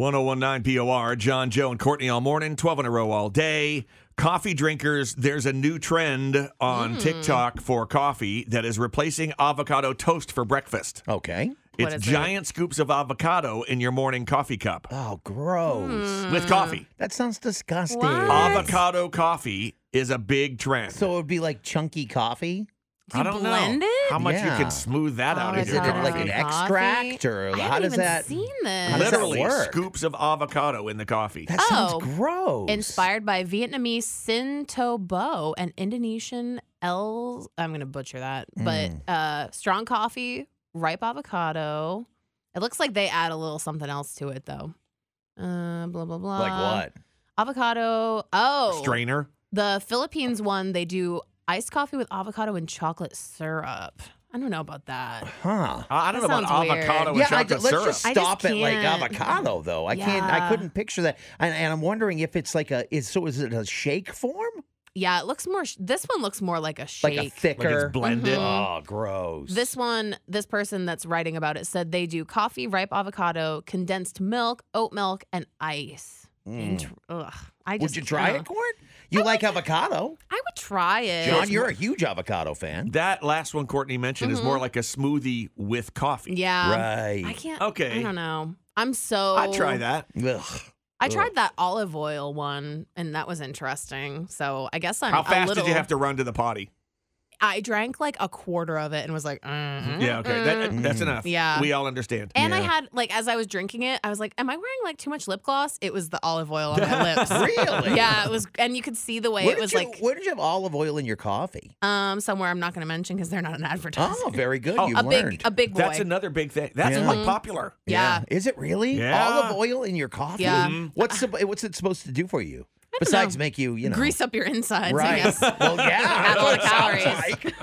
1019 POR, John, Joe, and Courtney all morning, 12 in a row all day. Coffee drinkers, there's a new trend on TikTok for coffee that is replacing avocado toast for breakfast. Okay. It's is it? giant scoops of avocado in your morning coffee cup Oh, gross. with coffee. That sounds disgusting. Hmm. What? Avocado coffee is a big trend. So it would be like chunky coffee. I don't blend know it? how much Yeah. you can smooth that out Oh, in it's Is it your not coffee. like an coffee. extract or I how haven't does even that? seen this. how does that Literally work? scoops of avocado in the coffee. That sounds Oh. gross. Inspired by Vietnamese Sin To Bo and Indonesian El. I'm going to butcher that, but Mm. uh, strong coffee, ripe avocado. It looks like they add a little something else to it, though. Uh, blah, blah, blah. Like what? Avocado. Oh. Strainer. The Philippines one, they do iced coffee with avocado and chocolate syrup. I don't know about that. Huh. I I don't That know about sounds weird. avocado yeah, and I, Oh, chocolate d- let's syrup. just I just stop at like can't. avocado though. I can't. I Yeah. couldn't picture that. And, and I'm wondering if it's like a is so is it a shake form? Yeah, it looks more. Sh- this one looks more like a Like shake. Mm-hmm. a like thicker. it's blended. oh, gross. This one, this person that's writing about it said they do coffee, ripe avocado, condensed milk, oat milk, and ice. Mm. Int- ugh, I just, Would you try uh, it, Court? You like avocado, I would try it. John? You're a huge avocado fan, That last one Courtney mentioned is more Mm-hmm. like a smoothie with coffee. yeah. Um, I right? can't. Okay. I don't know. I'm so. I'd try that. Ugh. I tried that olive oil one, and that was interesting. So I guess I'm. How a fast little, did you have to run to the potty? I drank like a quarter of it and was like, mm Yeah, okay. That, that's enough. Yeah. We all understand. Mm-hmm. And I had like as I was drinking it, I was like, "Am I wearing like too much lip gloss?" It was the olive oil on my lips. Really? Yeah, it was, and you could see the way Where it did was you, like where did you have olive oil in your coffee? um somewhere I'm not going to mention because they're not an advertiser. Oh, very good. you a learned. big a big boy. That's another big thing. That's Yeah. like popular. yeah. Is it really? Yeah. Olive oil in your coffee? Yeah. What's the, what's it supposed to do for you? Besides make you, you know, grease up your insides. I right? guess. well, yeah. Add I a know lot it of sounds calories. like.